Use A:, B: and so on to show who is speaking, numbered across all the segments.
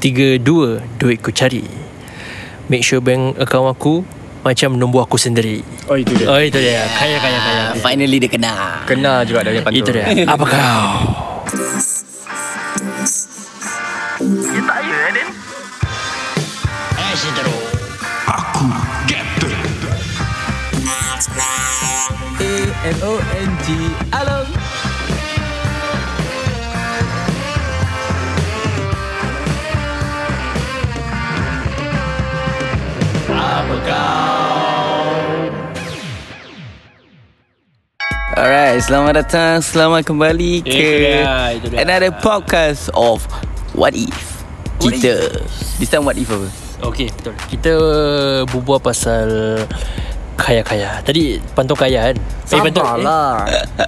A: 332 duit ku cari. Make sure bank account aku macam nombor aku sendiri.
B: Oh itu dia
A: Oh itu dia. Kaya kaya kaya.
C: Ah, Finally dia kena
B: Kena juga dari pantun
A: Itu dia. Apa kau?
D: Aku Captain
B: A-N-O-N-G Alam
C: Alright Selamat datang Selamat kembali
B: Itu
C: ke
B: dia, itu dia.
C: Another podcast of What If Kita This time what if apa?
A: Okey, betul. Kita berbual pasal kaya-kaya. Tadi pantau kaya kan?
B: Sabar lah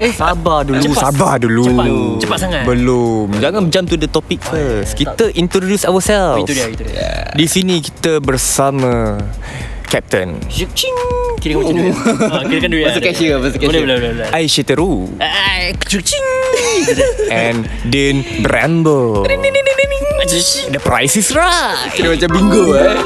B: Eh Sabar dulu
A: Cepat.
B: Sabar dulu
A: Cepat. Cepat sangat.
B: Belum
E: Jangan jump to the topic first Kita introduce
A: Oh,
E: ourselves
A: itu dia, itu dia.
E: Di sini kita bersama Captain
A: Cing. Kira kau macam duit. Ha, kira kan duit.
C: Masuk
A: ada.
C: cashier, masuk
A: Boleh,
C: cashier.
A: boleh, boleh. boleh.
E: Aisyah Teru
A: Ai, cing.
E: And Din Bramble The price is right
C: Kira macam bingo eh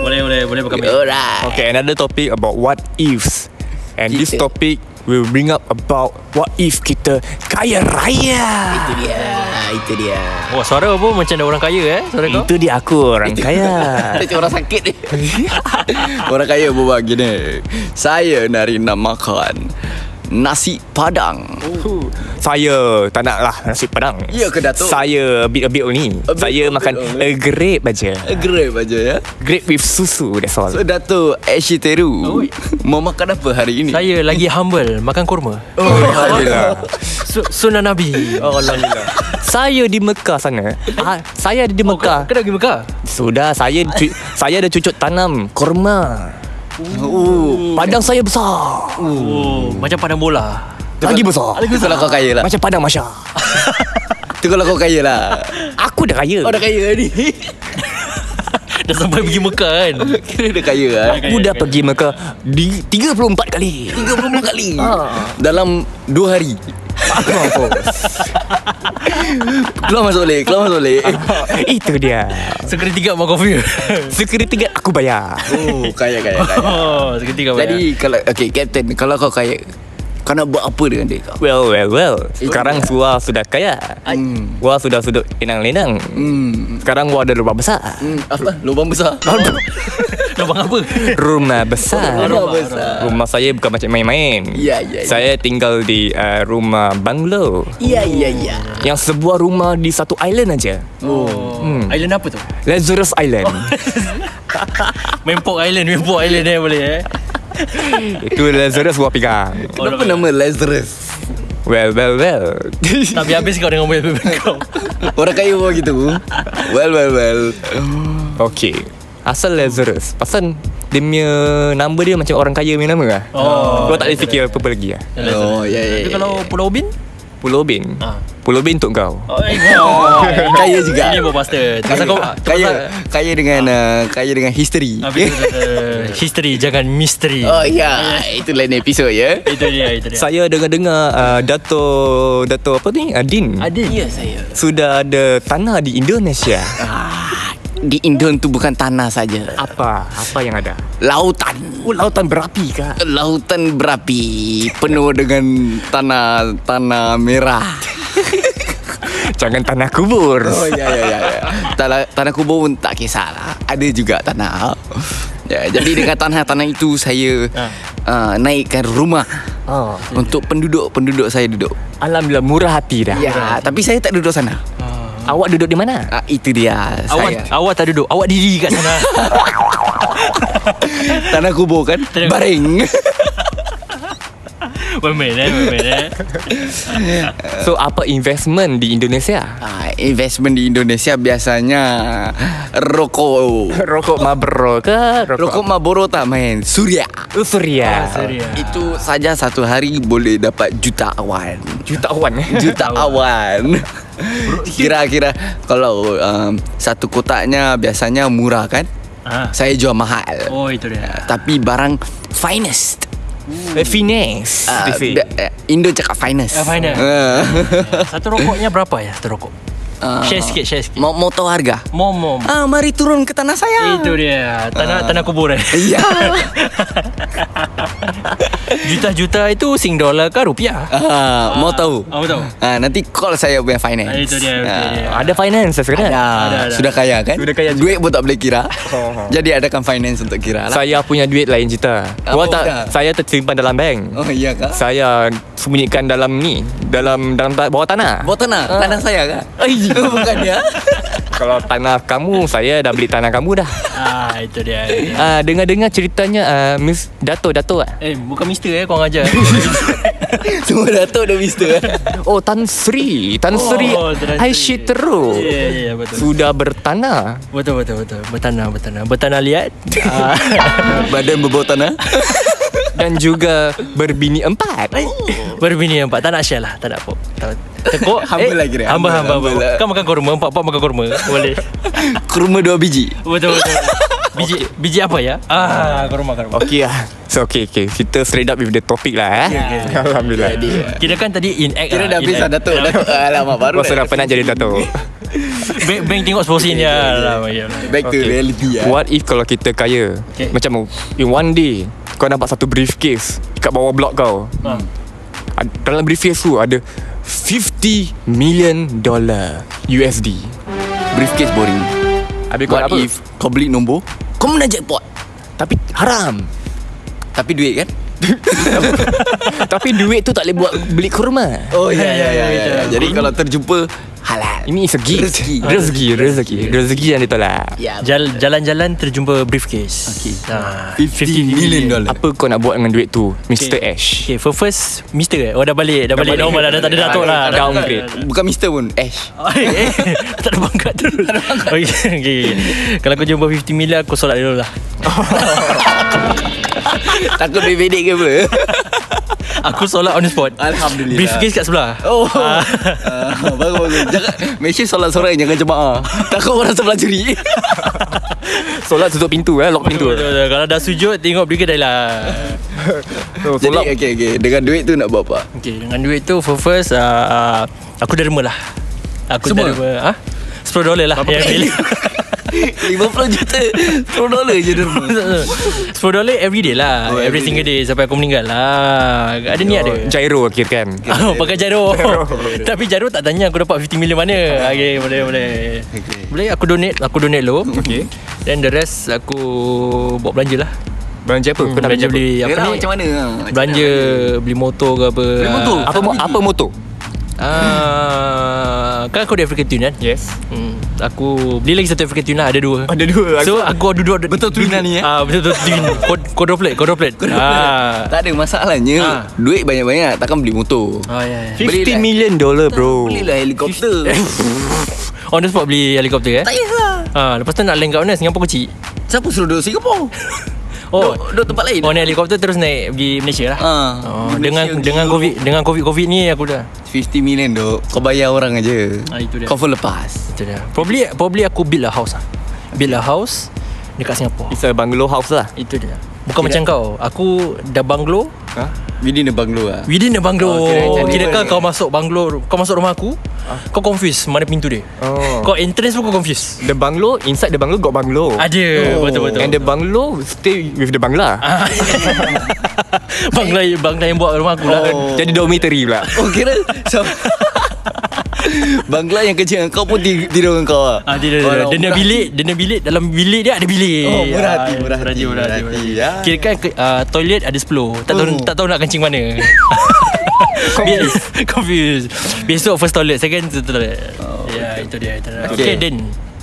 A: Boleh, boleh, boleh pakai mic.
C: Alright
E: Okay another topic about what ifs And this
C: Kita.
E: topic will bring up about What if kita kaya raya
C: Itu dia Ah, Itu dia
A: Wah, Oh, suara pun macam ada orang kaya eh. Suara kau.
E: Itu dia aku orang kaya
C: Kita macam orang sakit ni Ya. Orang kaya berbual gini Saya nari nak makan Nasi padang
E: Saya tak nak lah nasi padang
C: Ya ke, Datuk?
E: Saya a bit, a bit
C: A
E: only
C: bit-
E: Saya
C: a bit
E: makan
C: only.
E: a grape aja
C: Grab aja ya
E: Grape with susu that's all
C: So Dato' Ashi
A: Oi.
C: Teru Mau makan apa hari ini?
A: Saya lagi humble makan kurma.
C: Oh, Alhamdulillah
A: Su- Sunnah Nabi.
E: Alhamdulillah Saya di Mekah sana ah, Saya ada di
C: Oh,
E: Mekah
A: Kau dah pergi Mekah?
E: Sudah saya cu- Saya ada cucuk tanam Korma
C: Oh
E: Padang saya besar
A: Oh, macam padang bola.
E: Lagi besar
C: Itu kalau kau kaya lah
E: Macam padang Masya
C: Itu kalau kau kaya lah
E: Aku dah kaya
C: Kau Oh, dah kaya ni
A: Dah sampai pergi Mekah kan?
C: Kira dah kaya lah
E: Aku dah pergi Mekah di 34 kali
C: 30 kali Ah. Dalam 2 hari Keluar masuk boleh Keluar masuk boleh
E: Itu dia
A: Seketika mak kopi.
E: Security guard aku bayar
C: Oh kaya kaya kaya
A: Oh, seketika
C: Jadi kalau Okay Captain Kalau kau kaya Kau nak buat apa dengan diri kau?
E: Well well well Sekarang Wah sudah kaya Wah sudah sudut Lenang-lenang Sekarang Wah ada rumah besar
C: Hmm, apa? Hmm. Lubang besar
A: Lubang apa?
E: Rumah Ah, besar
C: Lubang besar
E: Rumah saya bukan macam main-main.
C: Ya, ya, ya.
E: Saya tinggal di uh, rumah bungalow.
C: Iya iya iya
E: Yang sebuah rumah di satu island aja.
A: Oh, island apa tu?
E: Lazarus Island.
A: Mempok Island, Mempok Island eh boleh eh.
E: Itu Lazarus gua pegang.
C: Kenapa nama Lazarus?
E: Well, well, well.
A: Tak habis-habis kau dengan mobil kau.
C: Orang kaya buat gitu Well well well
E: okay. Asal Lazarus. Pasal dia punya nama dia macam orang kaya punya nama lah.
A: Oh.
E: Kau tak boleh fikir apa-apa lagi lah.
C: Oh ya ya
A: Tapi
C: ya.
A: kalau Pulau Ubin?
E: Pulau Bin.
A: Ah.
E: Pulau Bin untuk kau.
A: Oh, eh, oh.
C: Kaya juga.
A: Ini buat pastor. Pasal kau
C: Kaya Kaya dengan uh, Kaya dengan history
A: Habis tu, uh, history jangan misteri.
C: Oh ya Itu lain episod ya
A: Itu dia, itu dia.
E: Saya dengar-dengar uh, Dato Dato apa ni? Uh, Din.
A: Adin.
C: Ya saya
E: Sudah ada tanah di Indonesia.
A: Ah,
C: Di Indon tu bukan tanah saja
E: apa? Apa yang ada?
C: Lautan
E: Oh, lautan berapi kah?
C: Lautan berapi Penuh dengan Tanah Tanah merah
E: Jangan tanah kubur.
C: Oh ya ya ya, ya. Tanah, tanah kubur pun tak kisahlah Ada juga tanah ya, Jadi dengan tanah-tanah itu Saya uh, Naikkan rumah
E: Oh.
C: Untuk penduduk-penduduk saya duduk
E: Alhamdulillah murah hati dah.
C: Ya Tapi saya tak duduk sana
E: Awak duduk di mana?
C: Ah, Itu dia saya.
A: Awak awak tak duduk. Awak diri kat sana.
C: Tanah kubur kan
A: Tanah kubur.
C: Baring
A: Pemen eh, pemen eh.
E: So apa investment di Indonesia?
C: Ah, Investment di Indonesia biasanya Rokok
E: Rokok Marlboro ke?
C: Rokok Marlboro tak main Suria
A: Ah.
E: Suria.
A: Serius.
C: Itu saja satu hari boleh dapat jutawan
E: Jutawan eh.
C: Jutawan Kira-kira kalau um, satu kotaknya biasanya murah kan
A: Ah.
C: Saya jual mahal
A: Oh, itu dia.
C: Tapi barang finest
E: Eh, Finesse.
C: Ah,
E: Dia say.
C: da- eh, Indo cakap finest
A: Ah, finest.
C: Ah.
A: Satu rokoknya berapa ya? Satu rokok.
C: Ah,
A: Share sikit, share sikit.
C: Mau, mau tahu harga?
A: Mom, mom.
C: Ah, mari turun ke tanah saya.
A: Itu dia. Tanah tanah kuburan.
C: Ya.
A: Juta-juta itu sing dollar ke rupiah?
C: Ah, mau tahu?
A: Ah, mau tahu.
C: Ah, nanti call saya punya finance.
A: Ah, Itu dia. Itu
C: Ah.
A: dia.
E: Ada finance lah sekarang.
C: Ada.
A: Ada, ada.
C: Sudah kaya kan?
E: Sudah kaya juga.
C: Duit pun tak boleh kira.
A: Oh,
C: Jadi adakan finance untuk kira lah.
E: Saya punya duit lain cerita.
C: Apa
A: Ah, oh,
E: Gua tak
C: benda?
E: saya tersimpan dalam bank.
C: Oh iya kak.
E: Saya sembunyikan dalam ni, dalam dalam ta- bawah tanah.
C: Bawa tanah, tanah saya kak. Bukan ya.
E: Kalau tanah kamu, saya dah beli tanah kamu dah.
A: Ah, itu dia. itu dia.
E: Ah, dengar-dengar ceritanya ah, Miss Dato Dato ah.
A: Eh, bukan mister eh korang ajar.
C: Semua datuk dah mister. eh.
E: Oh Tan Sri, Tan Sri
A: Oh, Tan Sri.
E: Aishiteru.
A: Ya, yeah, ya, yeah, betul.
E: Sudah bertanah.
A: Betul, betul, betul. Bertanah, bertanah. Bertanah liat. Ah.
C: Badan berbau tanah.
E: dan juga berbini empat.
A: Berbini empat Tak nak share lah Tak nak pop Tak- Tekuk eh,
C: Hamba lagi dia,
A: Hamba
C: hamba,
A: hamba, hamba,
C: hamba lah.
A: Kau makan kurma Empat pak makan kurma Boleh
C: Kurma dua biji.
A: Betul betul Biji biji apa ya Ah kurma kurma
E: Okey lah. So okay, okay. Kita straight up with the topic lah eh. Alhamdulillah.
A: Kira kan tadi in act lah,
C: Kira dah
A: in
C: habis
A: act.
C: lah datuk. Datuk alamak baru.
E: Kau sudah
C: dah-
E: pernah jadi Dato.
A: Bank, bank tengok sposin ya
C: Back to
E: Okay.
C: reality ya.
E: What if kalau kita kaya?
A: Okay.
E: Macam in one day kau nampak satu briefcase kat bawah blok kau.
A: Hmm.
E: Ad- Dalam briefcase tu ada 50 million dollar USD.
C: Briefcase boring.
E: Habis kau
C: What
E: nak apa?
C: if kau beli nombor? Kau menang jackpot.
E: tapi haram.
C: Tapi duit kan?
E: tapi duit tu tak boleh buat beli kurma.
C: Oh ya ya ya.
A: ya, ya.
C: Jadi kalau terjumpa halal.
E: Ini is a gift.
C: Rezeki.
E: Rezeki, rezeki, rezeki yang ditolak.
C: Ya.
A: Jal- Jalan-jalan terjumpa briefcase
C: Okay.
A: ah,
C: 50 million dollar.
E: Apa kau nak buat dengan duit tu, Mr.
A: Okay.
E: Ash?
A: Okay for first Mister eh Oh dah balik Dah, balik,
E: balik.
A: normal lah Dah tak ada datuk lah
E: Downgrade.
C: Bukan Mister pun Ash
A: Eh, eh, tak ada pangkat Oh, terus Tak ada pangkat okay, okay, okay. ya, Kalau aku jumpa 50 miliar Aku solat dulu lah
C: Takut duit bedek ke apa
A: Aku solat on the spot
C: Alhamdulillah.
A: Briefcase kat sebelah
C: Oh uh, Bagus bagus Jangan Make sure solat seorang Jangan jemaah Takut orang sebelah curi
E: Solat tutup pintu eh, lock pintu.
A: Betul, betul, betul. Kalau dah sujud Tengok lah. briefcase dah hilang
C: Jadi okay, okay. Dengan duit tu nak buat apa
A: Okay dengan duit tu For first uh, uh, Aku derma lah Aku
C: Semua?
A: derma ha? 10 dolar lah Yang pilih
C: 50 juta 10 dolar je derma
A: 10 dolar every day lah
C: Oh,
A: oh, Every
C: every
A: single day Sampai aku meninggal lah Ada niat dia
E: Jairo kira kan.
A: Oh, pakai jarum Tapi jarum tak tanya Aku dapat 50 million mana Okay boleh boleh Boleh aku donate Aku donate low
E: Okey.
A: Then the rest Aku Buat belanja lah
E: Belanja apa? Kau nak
A: Belanja
E: belanja apa?
A: beli
C: Ya
A: apa
C: lah
A: ni
C: macam mana ha?
A: Belanja Beli motor ke apa
C: Beli motor?
E: Apa mo-
C: Biji.
E: apa motor?
A: Ah, Kan aku ada African Tune kan
E: Yes.
A: hmm, Aku Beli lagi satu African Tune lah Ada dua
E: Ada dua.
A: So aku ada dua
C: Betul tune lah ni, eh?
A: Ah, Betul betul tune Kod- Quadruplet Quadruplet Ah,
C: Tak ada
A: Ha.
C: masalahnya Duit banyak-banyak Takkan beli motor
A: Oh ya ya.
E: 50
C: Belilah.
E: million dollar
A: Oh.
E: bro.
C: Belilah helikopter
A: On the spot beli helikopter eh
C: Tak payah
A: Ah, Lepas tu nak land kat mana Singapura kecil
C: Siapa suruh duduk Singapura
A: Oh
C: Duduk- Duduk tempat lain
A: Oh naik helikopter terus naik pergi Malaysia lah.
C: Ha.
A: Oh,
C: Pergi
A: dengan
C: Malaysia, pergi
A: dengan
C: Europe.
A: covid dengan covid covid ni aku dah.
C: 50 million dok Kau bayar orang aja
A: Ah, itu dia.
C: Kau full lepas
A: Itu dia. Probably probably aku build a house ah. Build a house dekat Singapura.
E: It's a bungalow house lah.
A: Itu dia. Bukan macam kau. Aku dah banglo.
C: Bini dia banglo lah
A: Within the banglo.
C: Oh, kira macam
A: Oh,
C: ni
A: kira kau
C: boleh.
A: kau masuk banglo, kau masuk rumah aku, kau confuse mana pintu dia.
E: Oh.
A: Kau entrance pun kau confuse.
E: The bungalow inside the bungalow got bungalow.
A: Ada oh. betul betul.
E: And the bungalow stay with the lah. bangla.
A: bangla bangla yang buat rumah aku lah.
C: Oh.
E: Jadi dormitory pula.
C: Oh kira so, Bangla yang kerja dengan kau pun ti- tidur dengan kau lah
A: Ah, dia dia, dia, dia, dia bilik, dia ada bilik dalam bilik dia ada bilik.
C: Oh, murah hati,
A: Ah,
C: murah
A: murah
C: hati,
A: hati, murah hati.
C: murah hati. Ah.
A: Kira kan uh, toilet ada 10. Tak tahu
C: Oh.
A: tak tahu nak kencing mana. Confused. Confused. Besok first toilet, second toilet. Oh, ya, itu dia, itu dia. Okay,
C: Okay.
A: then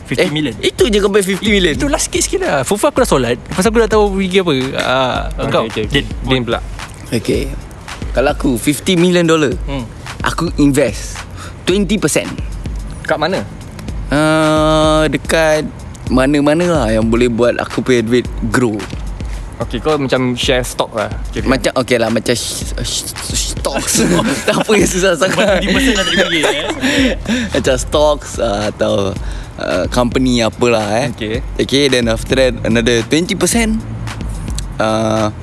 A: 50
C: Eh,
A: million.
C: itu je kau bayar 50 million
A: Itulah sikit-sikit lah Fufu aku dah solat Pasal aku dah tahu pergi apa uh, okay, Kau okay, okay.
E: Din pula.
C: Okay Kalau aku 50 million dollar
A: Hmm.
C: Aku invest 20%
E: Kat mana?
C: uh, Dekat Mana-mana lah Yang boleh buat aku punya duit grow
E: Okay, kau macam share stock lah. Kira.
C: Macam okay lah Macam sh- sh- sh- Stocks Tak apa yang susah sangat
A: 20% lah tadi pergi eh.
C: Macam stocks uh, Atau uh, Company apalah eh
E: Okay.
C: Okay then after that Another 20% uh,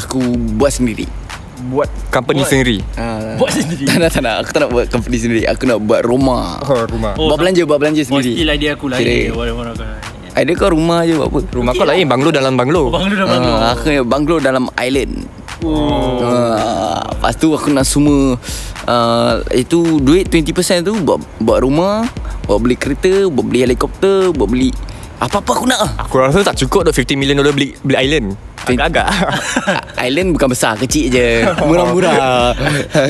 C: Aku buat sendiri
E: buat company
A: Buat.
E: sendiri.
C: Ah,
A: Buat sendiri.
C: Tak nak tak nak Aku tak nak buat company sendiri Aku nak buat rumah
E: Oh, rumah.
A: Oh,
C: Buat belanja Buat belanja
A: Oh,
C: sendiri
A: still idea aku lain
C: Kira.
A: dia, Walaupun aku lain
C: Idea kau rumah je buat apa
E: Rumah kau lain banglo dalam banglo.
A: Banglo dah banglo
C: Ah, Aku nak banglo dalam island oh. Lepas tu aku nak semua uh, Itu duit 20% tu Buat, buat rumah Buat beli kereta Buat beli helikopter Buat beli Apa-apa aku nak lah.
E: Aku rasa tak cukup tu 50 million dollar beli beli island. Agak-agak.
C: Island bukan besar Kecil je Murah-murah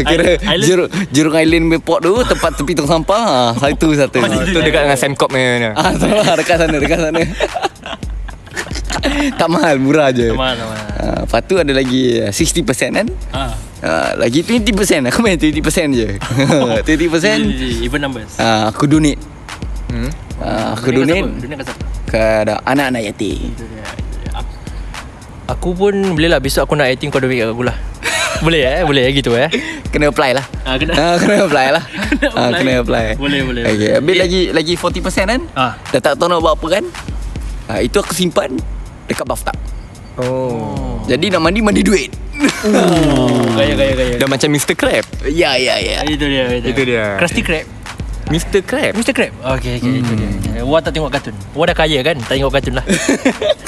C: Kira
A: Island-
C: jeruk, jeruk island punya port tu Tempat tepi tong sampah Ah, Satu satu
E: Itu dekat dengan Semcop ni.
C: Ah, tak lah, dekat sana, dekat sana. tak mahal, murah je.
A: Teman teman
C: Ah, lepas tu ada lagi ah, 60% kan?
A: Ah,
C: Ah, lagi 20%. Aku main 20% je. 20%
A: Then Even numbers
C: ah, aku donate.
E: Hmm.
C: Ah, aku donate
A: Dunia kat siapa
C: ke ada anak-anak yatim.
A: Aku pun boleh lah Besok aku nak acting Kau domik kat aku lah Boleh eh Boleh eh gitu eh
C: Kena apply lah.
A: Ah, kena-
C: Ah, kena apply lah.
A: Kena
C: Ah,
A: apply.
C: kena apply.
A: Boleh, boleh,
C: Okay,
A: boleh.
C: habis lagi lagi 40% kan?
A: Ah.
C: Dah tak tahu nak buat apa kan? Ah, itu aku simpan dekat bathtub.
E: Oh.
C: Jadi nak mandi mandi duit.
A: Gaya gaya gaya
E: Dah macam Mr. Crab.
C: ya, ya, ya.
A: Itu dia
E: Itu dia.
A: Krusty Krab
E: Mr. Crab.
A: Mr. Crab Okay, okay itu dia
E: Hmm.
A: Eh, Wah tak tengok kartun Wah dah kaya kan Tak tengok kartun lah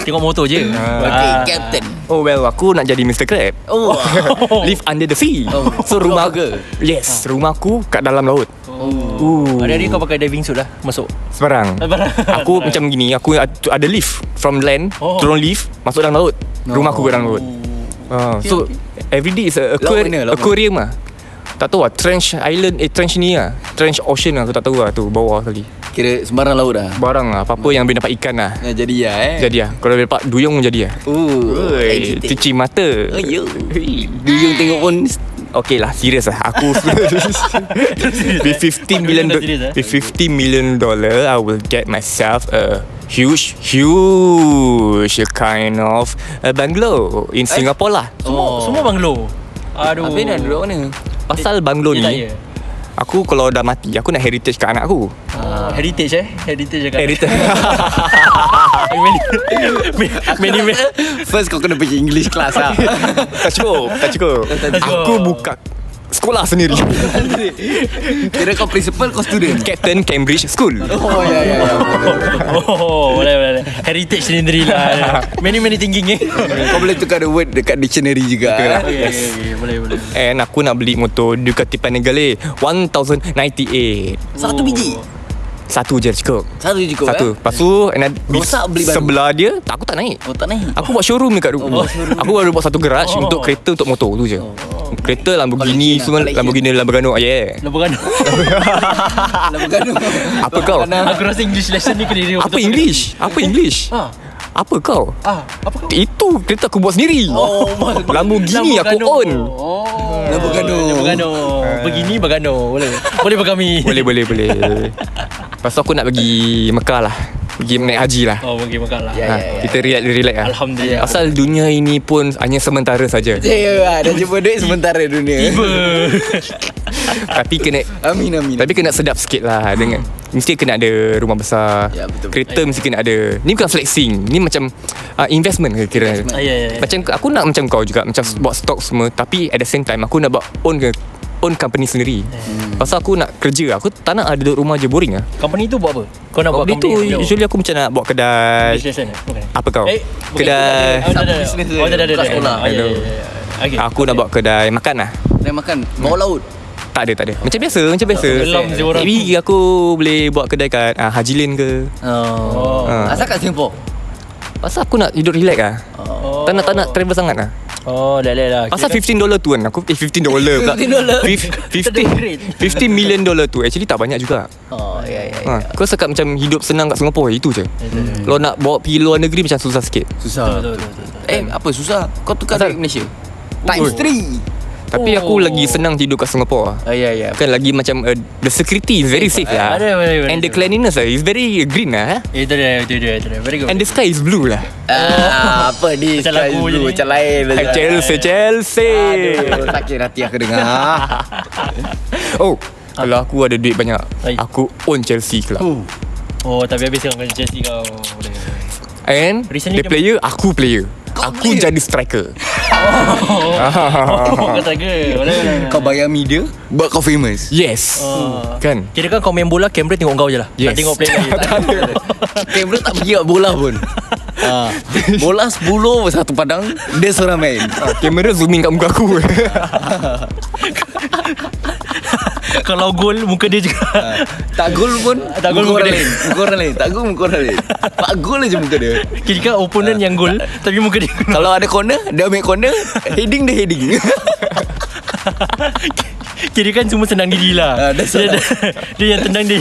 A: Tengok motor je
C: Okay,
A: Ah.
C: Captain.
E: Oh well, aku nak jadi Mr. Crab.
C: Oh.
E: Live under the sea.
C: Oh. Ah.
E: So rumah
C: Blogger.
E: Yes, rumah aku kat dalam laut.
A: Oh. Hari-hari kau pakai diving suit lah Masuk
E: Sebarang. Aku macam gini, aku ad- ada lift from land,
A: Oh.
E: turun lift, masuk dalam laut. Rumah aku kat dalam laut. Ah, so every day is a
C: Laut
E: aquar-
C: mana, laut mana?
E: aquarium ah. Tak tahu lah Trench island Eh trench ni lah Trench ocean lah Aku tak tahu lah tu Bawah sekali
C: Kira sembarang laut dah.
E: Barang lah Apa-apa yang boleh dapat ikan lah
C: Nah, jadi ya eh.
E: Jadi lah Kalau boleh dapat duyung jadi lah
C: Oh,
E: Oi, Cuci mata
C: Oh, yo. Duyung tengok pun
E: Okay lah Serius lah Aku eh? With 15 million
A: Kau serius, eh?
E: With 15 million dollar I will get myself A huge Huge Kind of A bungalow In Singapore lah
A: Semua, semua banglo Aduh
C: Habis nak duduk mana?
E: Pasal bungalow
A: Dia tak
E: ni
A: ya?
E: Aku kalau dah mati Aku nak heritage kat anak aku
A: Heritage eh Heritage je kan
E: Ah. Heritage
A: Many Many many
C: First kau kena pergi English class lah.
E: Tak cukup Tak cukup Aku buka Sekolah sendiri
C: Kira kau principal kau student.
E: Captain Cambridge School
C: Oh ya ya ya.
A: Oh boleh boleh boleh. Heritage sendiri lah Many many thinking eh
C: Kau boleh tukar the word dekat dictionary juga.
E: Betul
C: eh.
E: lah.
A: Okay, okay, okay, boleh boleh
E: And aku nak beli motor Ducati Panigale 1098
A: Oh.
C: Satu biji.
E: Satu je cukup
C: Satu cukup
E: Satu
C: eh.
E: Lepas tu another-
C: Rosak beli baru.
E: Sebelah dia tak- Aku tak naik
C: Oh tak naik.
E: Aku buat showroom dekat rumah Aku baru buat satu garage
A: Oh.
E: Untuk kereta Untuk motor tu je Kereta
C: Collection
E: Lamborghini
C: lah,
E: Semua
C: collection.
E: Lamborghini Lamborghini oh, Yeah
A: Dah bergaduh
C: Lah bukan tu.
E: Apa kau?
A: Aku rasa English lesson ni kena dia
E: Apa English? Apa English?
A: Ah.
E: Apa kau?
A: Ah, apa kau?
E: Itu kereta aku buat sendiri
A: Oh, maksud-
E: Lamborghini aku
A: Lamborghini.
E: own
A: Oh.
C: Lah bukan tu.
A: Bergano. Begini bergano. Boleh. Boleh berkami.
E: Ah. Boleh boleh boleh Lepas tu aku nak pergi Mekah lah Pergi naik haji lah
A: Oh, pergi makan lah.
E: Ha, kita relax relax lah.
A: Alhamdulillah.
E: Pasal dunia ini pun hanya sementara saja.
C: Ya, dah jumpa duit sementara dunia.
E: Tapi kena
C: Amin amin.
E: tapi kena sedap sikit
A: Ah.
E: lah dengan mesti kena ada rumah besar.
C: Ya, betul.
E: Kereta mesti kena ada. Ni bukan flexing, ni macam uh, investment ke kira.
A: Ah, ya, ya, Hmm. ya.
E: Macam aku nak macam kau juga macam buat stock semua tapi at the same time aku nak buat own ke own company sendiri.
A: Hmm.
E: Pasal aku nak kerja, aku tak nak ada duduk rumah je boring ah.
A: Company tu buat apa? Kau nak buat
E: Waktu tu
A: company? lah. apa?
E: usually aku macam nak buat kedai.
A: English lesson eh? Bukan.
E: Apa kau?
A: Eh, bukan.
E: Kedai.
A: Oh, tak ada.
C: Business
A: Oh, tak ada.
C: dia.
A: tak ada.
C: Bukan sekolah.
A: Oh, ya, ya, ya, ya. Okay.
E: Aku nak buat kedai makan lah.
C: Nak makan bawah laut.
E: Tak ada, tak ada. Macam biasa, macam biasa.
A: Kelam je orang.
E: Maybe aku boleh buat kedai kat ah, Haji Lane ke.
C: Oh.
A: Oh.
E: Ah.
C: Asal kat Singapore.
E: Pasal aku nak hidup relax lah. Tak nak, tak nak travel sangat lah.
A: Oh, dah lah. lah.
E: Pasal
A: Kira-
E: 15 dollar tu kan aku eh 15 dollar pula. 15
C: $15.
E: 15 15 million dollar tu actually tak banyak juga.
C: Oh ya ya.
E: Ha, kau sekat macam hidup senang kat Singapura itu je.
A: Hmm.
E: Kalau nak bawa pergi luar negeri macam susah sikit.
C: Susah.
A: Betul, betul, betul, betul.
C: Eh apa susah? Kau tukar duit Malaysia. Times 3.
E: Tapi
A: Oh.
E: aku lagi senang tidur kat Singapura.
C: Oh ya ya.
E: Kan lagi macam uh, the security is very safe lah.
A: Ada, ada, ada.
E: And the cleanliness lah is very green lah. eh.
A: Itu dia, itu dia, itu dia. Very good.
E: And the sky is blue lah.
C: Ah, apa ni?
A: Macam
C: Sky
A: lagu
C: Blue,
A: je ni.
C: Macam lain
E: Hai Chelsea, Chelsea.
C: Aduh, Sakit hati aku dengar
E: Oh, kalau aku ada duit banyak,
A: Hai.
E: aku own Chelsea club.
A: Oh, tapi habis kau kena Chelsea kau. Boleh.
E: And
A: Recently dia-
E: the player, aku player.
C: Kau
E: aku
C: player?
E: jadi striker.
A: Oh, kau tak ke? Boleh, boleh, boleh.
C: Kau bayar media But kau famous
E: Yes
C: Ah.
A: Oh.
E: Kan
A: Kira kan kau main bola Kamera tengok kau je lah Tak
E: Yes.
A: tengok player lain. Tak ada.
C: Kamera tak pergi kat bola pun ha. Bola 10 Satu padang Dia seorang main
E: Ah, Kamera zooming kat muka aku
A: Kalau gol Muka dia juga
C: Ah, Tak gol pun
A: Tak gol muka
C: muka orang
A: dia.
C: lain Muka orang lain Tak gol muka orang lain Pak gol je muka dia
A: Kira kan opponent yang gol Tapi muka dia
C: Kalau ada corner Dia ambil corner Heading dia heading
A: Kira kan semua senang diri lah
C: Ah, that's
A: dia,
C: all. Ah.
A: dia, dia yang tenang dia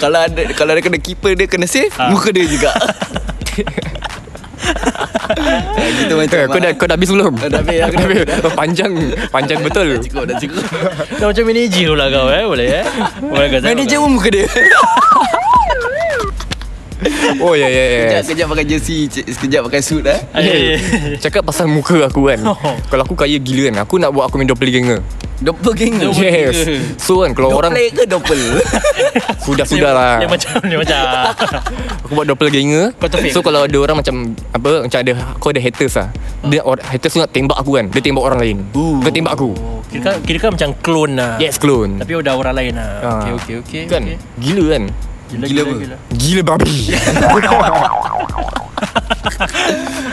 C: Kalau ada Kalau ada kena keeper Dia kena save
A: Ah.
C: Muka dia juga Ya, Kita macam Ah,
E: Eh, Kau dah kau dah habis belum?
C: Dah habis, aku dah
E: habis Panjang Panjang betul
C: Cukup dah cukup
A: Kau macam manager pula kau eh Boleh eh Boleh kau
C: Manager pun muka dia
E: Oh ya ya ya
C: Sekejap sekejap pakai jersey Sekejap pakai suit eh
E: Cakap pasal muka aku kan
A: Oh.
E: Kalau aku kaya gila kan Aku nak buat aku main doppelganger
C: Doppelganger
E: Yes So kan kalau orang
C: Doppelganger ke doppel
E: Sudah-sudah lah
A: Dia macam Dia macam
E: Aku buat doppelganger
A: Kau terfake.
E: So kalau ada orang macam Apa Macam ada Kau ada haters lah
C: Ah.
E: Dia orang, haters tu nak tembak aku kan Dia tembak orang lain Dia tembak aku
A: Oh, Kira kan, kira kan macam clone lah
E: Yes clone
A: Tapi udah orang lain lah
E: Ah.
A: Okay okay okay
E: Kan
A: okay.
E: Gila kan
A: Gila
C: Gila
A: gila,
C: apa?
A: gila.
E: Gila babi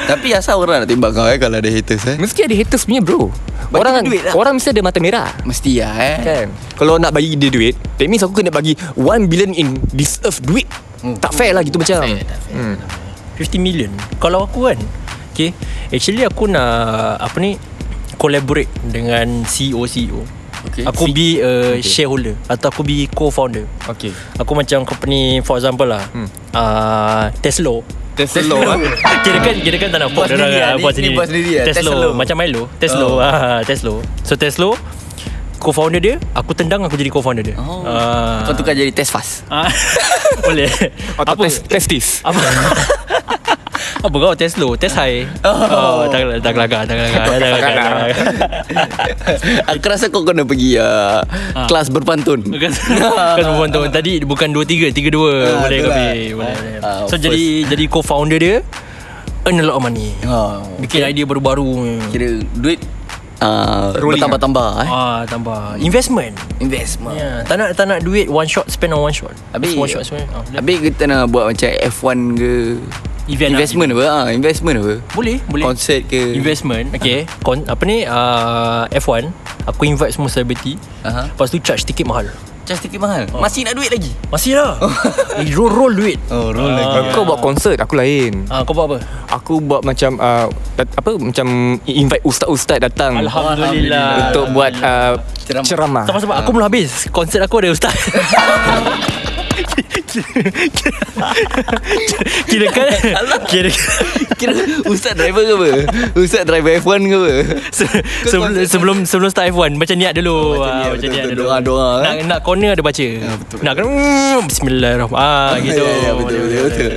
C: Tapi asal orang nak tembak kau eh Kalau ada haters eh
E: Mesti ada haters punya bro
C: Bagi
E: Orang
C: dia duit lah.
E: Orang mesti ada mata merah
C: Mesti lah eh
E: Kan Kalau nak bagi dia duit That means aku kena bagi 1 billion in this earth duit Tak fair lah gitu macam
A: 50 million Kalau aku kan Okay Actually aku nak Apa ni Collaborate Dengan E CEO-CEO
C: Okay.
A: Aku be a okay. shareholder Atau aku be co-founder
E: Okay
A: Aku macam company For example lah hmm. uh, Tesla
C: Tesla eh.
A: Kira kan Kira kan tak nak buat
C: Buat
A: orang
C: sendiri
A: lah
C: lah. Dia-
A: Buat
C: dia
A: sendiri
C: buat sendiri lah.
A: Tesla
C: Tesla.
A: Macam Milo Tesla
C: Oh.
A: ah, Tesla So Tesla Co-founder dia Aku tendang aku jadi co-founder dia
C: Oh.
A: Ah.
C: Kau tukar jadi test fast
A: Ah. Boleh
E: Atau test, testis
A: apa apa kau test low Test high oh, tak tak kelakar tak kelakar tak kelakar, tak
C: Aku rasa kau kena pergi uh, Kelas berpantun
A: kelakar kau perempuan tu tadi bukan 2 3 3 2 boleh
C: tu
A: kau
C: lah.
A: pergi boleh boleh.
C: Ah,
A: so
C: first.
A: jadi jadi co-founder dia earn a lot of money
C: oh,
A: bikin idea baru-baru
C: Kira duit uh,
E: Rolling
C: Bertambah-tambah eh
A: ah tambah investment
C: Investment
A: Ya, tak nak tak nak duit one shot spend on one shot. Just
C: Habis
A: one shot spend. Ah, boleh.
C: Habis kita nak buat macam F1 ke
A: Event lah,
C: Investment apa ha, Investment apa
A: boleh, boleh.
C: Konsert ke
A: Investment Okay
C: Uh-huh.
A: Kon, Apa ni uh, F1 Aku invite semua celebrity
C: Aha.
A: Lepas tu charge tiket mahal
C: Just tiket mahal oh. Masih nak duit lagi
A: Masih lah Eh, Roll roll duit
C: Oh roll lagi
E: Kau buat konsert Aku lain
A: Ah, Kau buat apa?
E: Aku buat macam uh, dat- Apa Macam invite ustaz-ustaz datang
A: Alhamdulillah
E: Untuk buat uh,
C: Ceramah.
E: ceramah
C: Ah.
A: Sebab-sebab aku belum habis Konsert aku ada ustaz Kira kan Kira kan-
C: Kira Ustaz driver ke apa Ustaz driver F1 ke apa
A: sebelum, sebelum sebelum start F1 Macam niat dulu Ah,
C: kan? Oh, macam niat, betul-betul.
A: niat dulu
C: Doa-doa, eh.
A: Nak, nak corner ada baca Nak kena mm, Bismillahirrahmanirrahim ah, Gitu
C: Ya, ya, betul, betul, betul.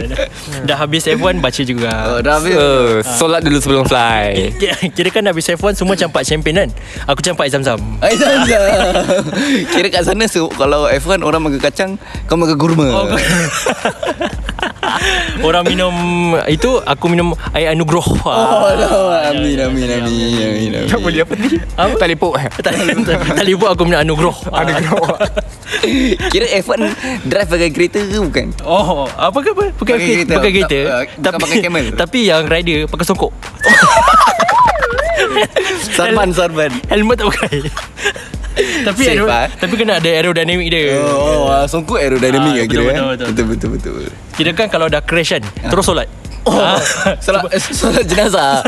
A: Dah habis F1 baca juga
C: Oh, dah habis
E: Uh, solat dulu sebelum fly
A: Kira, kira kan habis F1 Semua campak champagne kan Aku campak zam-zam
C: Ay, tak ada. Kira kat sana so, Kalau F1 orang makan kacang Kau makan kurma oh,
A: Orang minum Itu aku minum Air anugerah
C: oh no. Amin amin ya, amin amin, amin.
E: Eh, Tak boleh apa ni
A: Apa?
E: Tak lepok eh?
A: Tak tak boleh buat aku minum anugerah Anugerah
C: Kira F1 Drive pakai kereta ke bukan
A: Oh Apa ke apa Pakai
C: Pakai
A: kereta
C: kereta.
A: Pakai kereta
C: Tak, uh, bukan pakai camel.
A: Tapi yang rider Pakai songkok
C: Sarban sarban
A: Helmet tak pakai Tapi
C: Safe,
A: aero,
C: ah.
A: Tapi kena ada aerodynamic dia
C: Oh, oh songkok aerodynamic
A: Ah,
C: lah kira
A: betul,
C: eh.
A: betul,
C: Betul betul betul. betul.
A: Kira kan kalau dah crash kan Terus solat
C: Oh.
A: Ah.
C: Salat salat jenazah.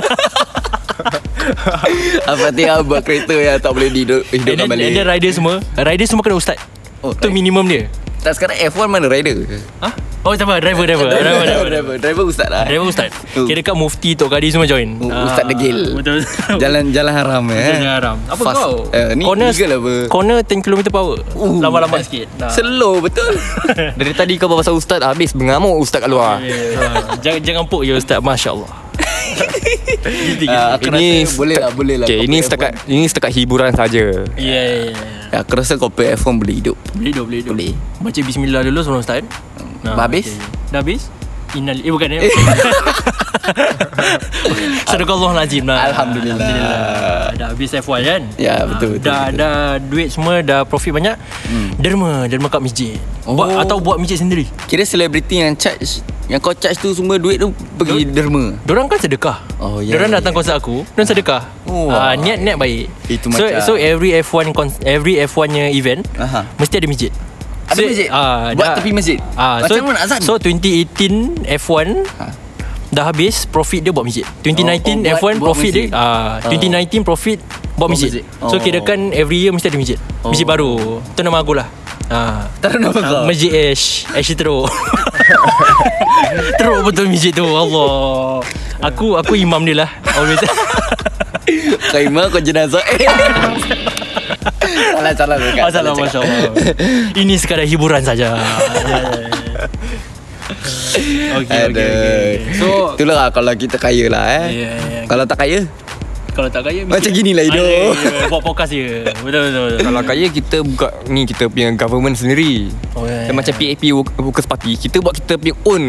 C: Apa dia buat kereta yang tak boleh duduk
A: And
C: hidupkan
A: then, and then
C: balik.
A: rider semua Rider semua kena ustaz
C: Oh,
A: Itu
C: right.
A: minimum dia
C: Tak sekarang F1 mana rider?
A: Ha? Oh tak apa Driver driver Driver driver
C: Ah? driver, driver ustaz lah.
A: Driver ustaz
C: Oh.
A: Kira kat mufti Tok Kadi semua join
C: U-
A: Ah,
C: Ustaz degil.
A: Betul
C: Jalan jalan haram eh.
A: Jalan haram. Apa
C: Fast.
A: kau?
C: Eh, ni
A: corner,
C: legal apa?
A: Corner 10km per hour
C: Uh.
A: Lama-lama sikit Nah.
C: Slow betul.
E: Dari tadi kau pasal ustaz Habis mengamuk ustaz kat luar
A: Yeah. jangan, jangan puk je Ustaz Masya Allah
C: Ah, aku
E: Ini
C: rasa boleh lah boleh lah.
E: Okay ini
C: Kau
E: setakat Ini setakat hiburan saja.
A: Yeah, yeah, yeah.
C: pakai- Aku rasa kau pakai F1 boleh hidup.
A: Boleh dulu, boleh dulu
C: Boleh.
A: Baca bismillah dulu sebelum start
C: Dah habis?
A: okay. Dah habis Innal Eh bukan eh Sadaqallahulazim lah
C: Alhamdulillah.
A: Dah habis F1 kan
C: Ya,
A: Ah,
C: betul, betul,
A: Dah
C: betul. Hmm.
A: dah duit semua Dah profit banyak Derma Derma kat masjid buat,
C: Oh.
A: Atau buat masjid sendiri
C: Kira selebriti yang charge Yang kau charge tu semua duit tu Pergi derma
A: Diorang kan sedekah
C: Oh, ya,
A: Diorang
C: ya,
A: datang
C: ya.
A: konsert aku Diorang sedekah
C: Oh,
A: Ah,
C: wah.
A: Niat-niat baik
C: Itu
A: so,
C: macam-
A: So every F1 cons- Every F1 nya event
C: Aha.
A: Mesti ada masjid
C: Ada masjid? Buat tepi masjid?
A: Ah,
C: Macam
A: so,
C: mana nak azan?
A: So 2018 F1 Dah habis Profit dia buat masjid 2019
C: Oh, oh, buat-
A: F1
C: buat
A: profit
C: masjid. Oh.
A: dia ah, 2019 profit Buat masjid,
C: masjid.
A: So
C: Oh.
A: kirakan every year Mesti ada masjid Masjid baru Itu nama aku lah ah.
C: Taruh nama kau
A: Masjid Ash Ash teruk Teruk betul masjid tu Allah Aku aku imam dia lah Always
C: Kau imam kau jenazah Eh Salah salah dekat
A: Masalah Ah, Masya Allah Ini sekadar hiburan saja. Ya, ya, ya. Okay, okay, okay. So
C: Itulah kalau kita kaya lah eh
A: Ya, ya.
C: Kalau tak kaya
A: Kalau tak kaya
C: Macam
A: mesti-
C: ginilah hidup.
A: Ah, ya, ya, Buat podcast je Betul betul, betul.
E: Kalau kaya kita buka ni kita punya government sendiri.
A: Oh,
E: Oh,
A: ya,
E: yeah,
A: ya.
E: Macam PAP work- workers party, kita buat kita punya own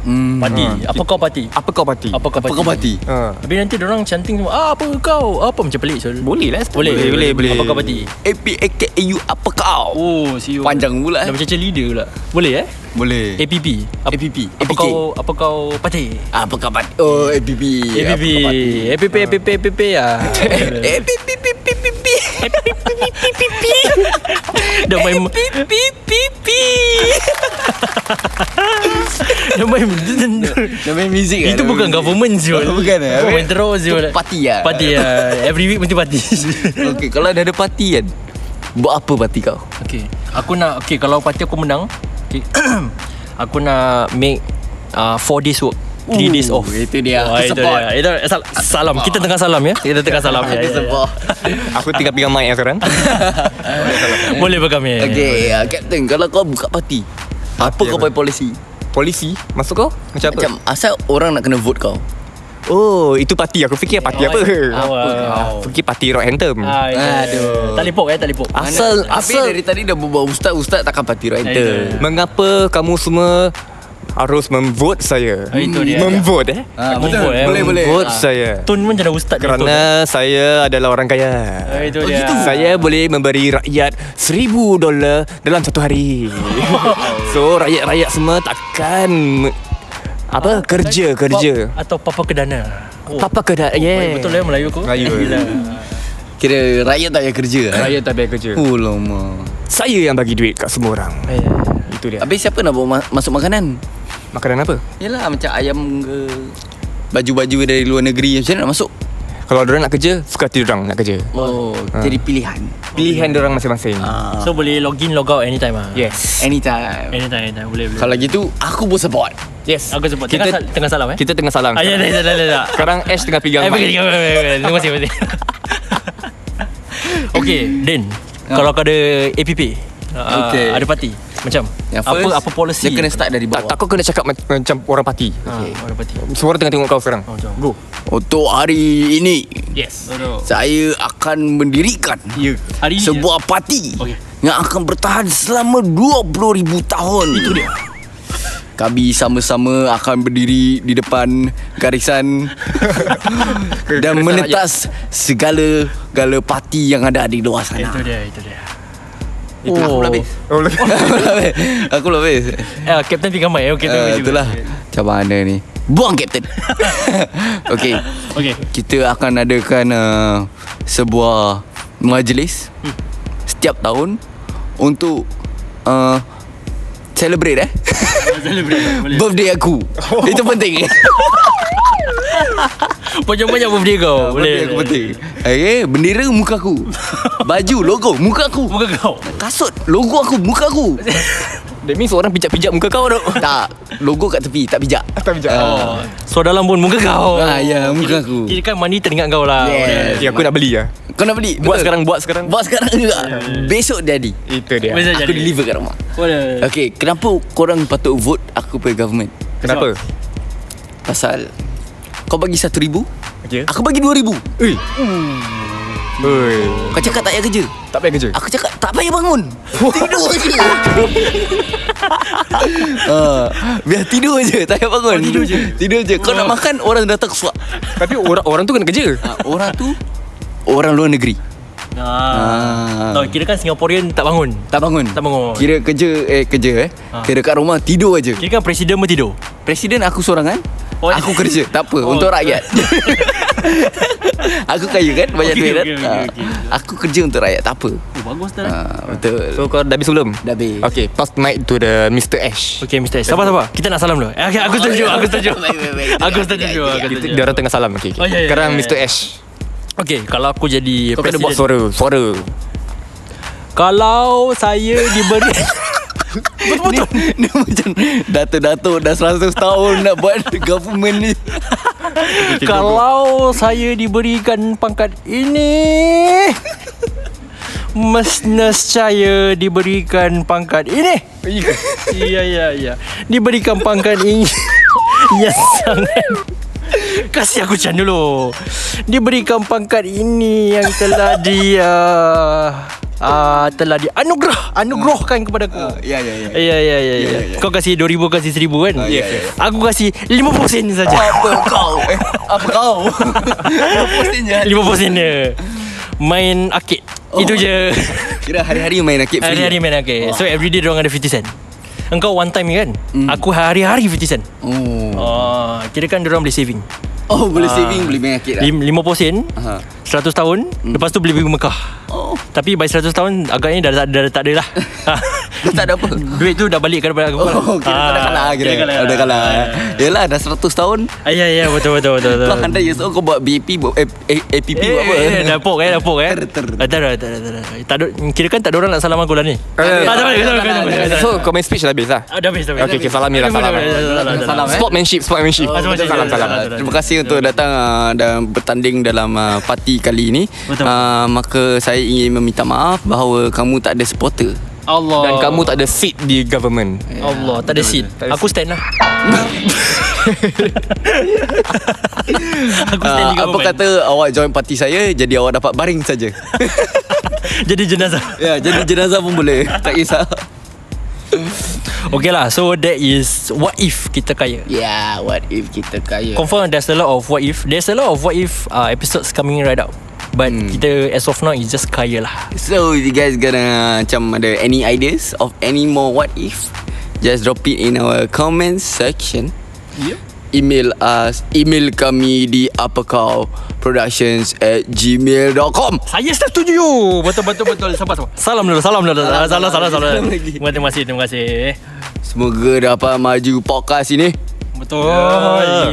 C: Hmm.
A: Parti Apa kau parti?
E: apa kau party.
A: Apa kau
C: Apa kau mati
E: Ha.
A: Habis nanti orang chanting semua ah, Apa kau? Apa macam pelik Sol
E: Boleh lah
A: Boleh
E: Boleh boleh, boleh.
A: Apa kau parti?
C: APAKAU apa kau
A: Oh CEO
C: Panjang pula, eh.
A: Dah macam leader pula Boleh eh?
C: Boleh
A: APP Ap-
C: APP.
A: Apa
C: APK.
A: kau Apa kau parti?
C: Apa kau mati Oh APP
A: APP APP APP APP ah.
C: APP APP
A: Dah main Dah main
C: Nama music kan?
A: Itu bukan government Zul
C: Oh, bukan, eh?
A: Bukan terus Zul
C: Itu parti, ah.
A: Parti ah. Every week mesti parti
C: Okay kalau dah ada parti kan Buat apa parti kau
A: Okay Aku nak Okay kalau parti aku menang okay. Aku nak make uh, 4 days work 3
C: Ooh,
A: days off
C: Oh, itu dia.
A: Wah, Itu
C: Support.
A: dia, itu dia. Sal- Salam Kita tengah salam ya Kita tengah salam ya, ya, ya.
E: Aku tinggal pegang mic ya sekarang.
A: Boleh berkami ya.
C: Okay uh, Captain Kalau kau buka parti Apa kau punya polisi
E: Polisi masuk kau? Macam apa?
C: Macam asal orang nak kena vote kau
E: oh, itu party. Aku fikir party apa.
A: Apa
E: Ah, Fikir party rock anthem.
A: Ah,
C: Aduh.
A: Aduh. Tak lipok eh, tak lipok.
E: Asal
C: Mana- Habis
E: asal
C: dari tadi dah berbual ustaz-ustaz takkan parti right
A: Betul.
E: mengapa kamu semua harus memvote saya?
A: Ah, itu dia.
E: Memvote eh?
C: Ah,
A: Betul, eh.
C: Boleh boleh
E: Vote
C: Ah.
E: saya.
A: Tun pun jadi ustaz dia, Tun.
E: Kerana saya adalah orang kaya.
A: Ah, itu dia.
E: Saya boleh memberi rakyat seribu dolar dalam satu hari. so rakyat-rakyat semua takkan me- apa kerja kerja.
A: Atau papa kedana. Oh,
E: Papa kedat
A: baik
E: yeah.
A: betul eh Melayu aku.
E: Melayu.
A: Gila.
C: Kira rakyat tak payah kerja eh?
E: Rakyat tak payah kerja.
C: Oh lama
E: Saya yang bagi duit kat semua orang.
A: Eh,
E: Itu dia.
C: Habis siapa nak bawa ma- masuk makanan
E: Makanan apa?
C: Yelah macam ayam ke Baju-baju dari luar negeri Macam mana nak masuk
E: Kalau orang nak kerja, suka hati orang nak kerja.
C: Oh Jadi pilihan
E: Pilihan orang masing-masing.
C: Ah,
A: So boleh login log out anytime ah.
E: Yes.
C: Anytime
A: Anytime, anytime boleh boleh.
C: Kalau gitu Aku pun support
E: Yes.
A: Aku sebut
E: Kita
A: tengah, sal- tengah salam eh.
E: kita tengah salam.
A: Ah, ya, dah, dah, dah, dah, dah.
E: Sekarang Ash tengah pegang.
A: Eh, pergi,
E: mic.
A: pergi, pergi, pergi, pergi. Terima kasih, terima kasih. Okay, Din. Kalau kau ada APP, ah,
C: Okay.
A: ada parti. Macam
C: Yang
A: apa
C: first,
A: apa polisi?
C: Dia kena start dari
E: Tak,
C: bawah
E: tak kau kena cakap mac- macam orang parti.
A: Ah, ada parti.
E: Semua orang tengah tengok kau sekarang.
A: Oh, jom. Go.
C: Untuk hari ini
A: Yes.
C: Saya akan mendirikan
A: Ya. Hari ini
C: sebuah parti
A: Okey.
C: yang akan bertahan selama 20,000 tahun. Itu dia. Kami sama-sama akan berdiri di depan garisan dan menetas segala gala parti yang ada di luar
A: je.
C: sana.
A: Itu dia, itu dia.
C: Itu aku belum habis.
E: Oh,
C: aku belum habis. Aku belum habis.
A: Ah, Captain pegang mic. eh. Okay, terima
C: Uh,
A: kasih.
C: itulah macam mana ni. Buang captain. Okey.
A: Okay.
C: Kita akan adakan uh, sebuah majlis hmm. setiap tahun untuk uh, celebrate eh
A: Oh, Celebrate boleh. Oh.
C: birthday aku. Itu penting. eh?
A: Panjang-panjang birthday kau. Boleh.
C: Ya, birthday aku penting. Okay, bendera muka aku. Baju logo muka aku.
A: Muka kau.
C: Kasut logo aku muka aku.
E: That means orang pijak-pijak muka kau tu.
C: tak, logo kat tepi tak pijak.
E: Tak pijak.
A: Oh. So dalam pun muka kau.
C: Ah, ya, muka aku.
A: Kira kan mandi teringat kau lah.
C: Yes.
E: Ya, aku nak beli ya.
C: Kau nak beli? Betul.
E: Buat sekarang, buat sekarang.
C: Buat sekarang juga. Besok jadi.
E: Itu
A: Boleh.
E: dia.
A: Besok
C: Aku
A: jadi.
C: deliver kat rumah.
A: Boleh.
C: Okay, kenapa korang patut vote aku punya government?
E: Kenapa?
C: Pasal kau bagi satu ribu,
E: Okey.
C: aku bagi dua ribu.
E: Ui. Ui.
C: Kau cakap Hmm. tak payah kerja.
E: Tak payah kerja.
C: Aku cakap tak payah bangun. Tidur je. Ah, biar tidur je, tak payah bangun. tidur je. Tidur je. Kau nak makan orang datang suap.
E: Tapi orang orang tu kena kerja.
C: Ah, orang tu orang luar negeri.
A: Ah. No, kira kan Singaporean tak bangun.
C: Tak bangun.
A: Tak bangun.
C: Kira kerja eh kerja eh. Kira kat rumah tidur aje.
A: Kira kan presiden pun tidur.
C: Presiden aku seorang kan
A: Oh.
C: Aku kerja Tak apa
A: Oh.
C: Untuk rakyat Aku kaya kan Banyak
A: Okay,
C: duit kan
A: okay, okay,
C: Ah,
A: okay.
C: Aku kerja untuk rakyat Tak apa
A: Oh, bagus tak?
C: Ah, Betul
E: So kau dah habis sebelum?
C: Dah habis.
E: Okay, pass mic to the Mr. Ash.
A: Okay Mr. Sabar sabar Kita nak salam dulu Eh, okay, Aku setuju Aku setuju
C: Baik, baik, baik.
A: Aku setuju Aku
E: Kita,
A: setuju
E: dia orang tengah salam. Okay, okay.
A: Oh, ya, ya,
E: Sekarang
A: ya, ya.
E: Mr. Ash.
A: Okay Kalau aku jadi
E: Kau kena
A: presiden
E: buat suara, suara.
A: Kalau saya diberi Betul-betul
C: Ni macam Dato-dato Dah 100 tahun Nak buat government ni
A: Kalau saya diberikan pangkat ini Mesnes saya diberikan pangkat ini Iya, iya, iya Diberikan pangkat ini Yang sangat Kasih aku can dulu Diberikan pangkat ini yang telah di uh, uh, Telah dianugerah Anugerahkan kepada aku
C: Ya ya ya
A: Ya, ya, ya, ya.
C: ya.
A: Kau kasih 2000 kau kasih 1000 kan?
C: ya, ya.
A: Aku kasih 50 sen saja.
C: Apa kau eh, Apa kau Postingnya
A: 50 sen dia Main arcade oh.
C: Oh.
A: Itu je
C: Kira hari-hari main akib free eh?
A: Hari-hari main arcade So every day diorang ada 50 sen Engkau one time ni kan mm. Aku hari-hari 50 sen
C: Hmm. Oh,
A: Oh, kira kan diorang boleh saving
C: oh boleh
A: Ah.
C: saving Boleh main akib lah
A: Lim, 50 sen
C: Aha. Hmm.
A: 100 tahun Lepas tu boleh pergi Mekah
C: Oh
A: Tapi by 100 tahun Agaknya dah, dah, dah, dah tak ada lah
C: Dah tak ada apa
A: Duit tu dah balik kepada aku
C: Oh, kira
A: Ah,
C: kau dah kalah kira. Kau Dah kalah. eh. Yelah, dah 100 tahun.
A: Ya ya betul betul betul, Ah. betul.
C: Kau 100 years old, kau buat BAP, buat A- A- APP, buat apa?
A: Eh, dah pok eh, dah pok eh.
C: Ter, ter.
A: Ah, Tak ada, tak ada, tak ada. Tak ada. Kira kan tak ada orang nak salam aku lah ni.
E: Eh,
A: Tak ada,
C: tak ada,
A: tak
C: tak ada.
A: ada.
E: So, comment speech dah habis lah.
A: Ah, dah habis, dah habis.
E: Okay, okay, salam ni lah, salam.
C: Salam, eh.
E: Sportmanship, sportmanship.
A: Oh, betul,
E: Salam,
A: betul,
E: salam.
A: betul.
C: Terima kasih untuk datang ah, dan bertanding dalam ah, parti kali ini.
A: Betul.
C: Ah, maka saya ingin meminta maaf bahawa kamu tak ada supporter.
A: Allah.
E: Dan kamu tak ada seat di government.
A: Allah, tak ada seat.
E: Tak ada
A: Aku stand lah. Aku stand
C: Ah,
A: juga.
C: apa kata awak join parti saya jadi awak dapat baring saja.
A: Jadi jenazah.
C: ya, jadi jenazah pun boleh. Tak kisah.
A: Okay lah, so that is what if kita kaya.
C: Yeah, Ya, what if kita kaya?
A: Confirm there's a lot of what if. There's a lot of what if uh, episodes coming right up. But kita as of now is just kaya lah.
C: So you guys gonna uh, macam ada any ideas of any more what if? Just drop it in our comment section. Email us Email kami di apakau productions at gmail.com
A: Saya setuju. Betul betul betul. Sabar sabar. Salam dulu, salam dulu. Salam salam salam. salam. Terima kasih, terima kasih.
C: Semoga dapat maju podcast ini
A: Betul.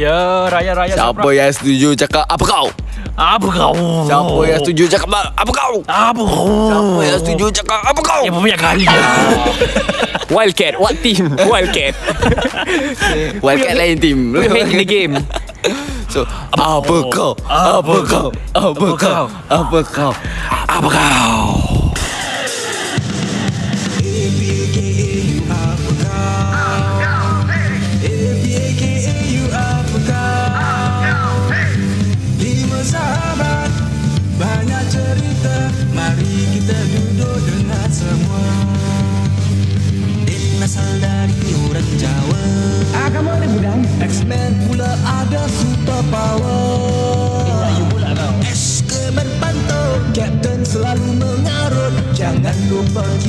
A: Ya, yeah. raya-raya
C: Siapa yang setuju cakap apa kau?
A: Apa kau?
C: Siapa
A: Oh.
C: yang setuju cakap "Ma- apa kau?
A: Apa kau?
C: Siapa
A: Oh.
C: yang setuju cakap apa kau?
A: Ya, banyak kali ya.
E: Wildcat, what team? Wildcat.
C: Wildcat lain team
E: We main in the game.
C: So apa kau? Apa kau? Apa kau? Apa kau?
A: Apa kau?
F: Captain selalu mengarut Jangan lupa kita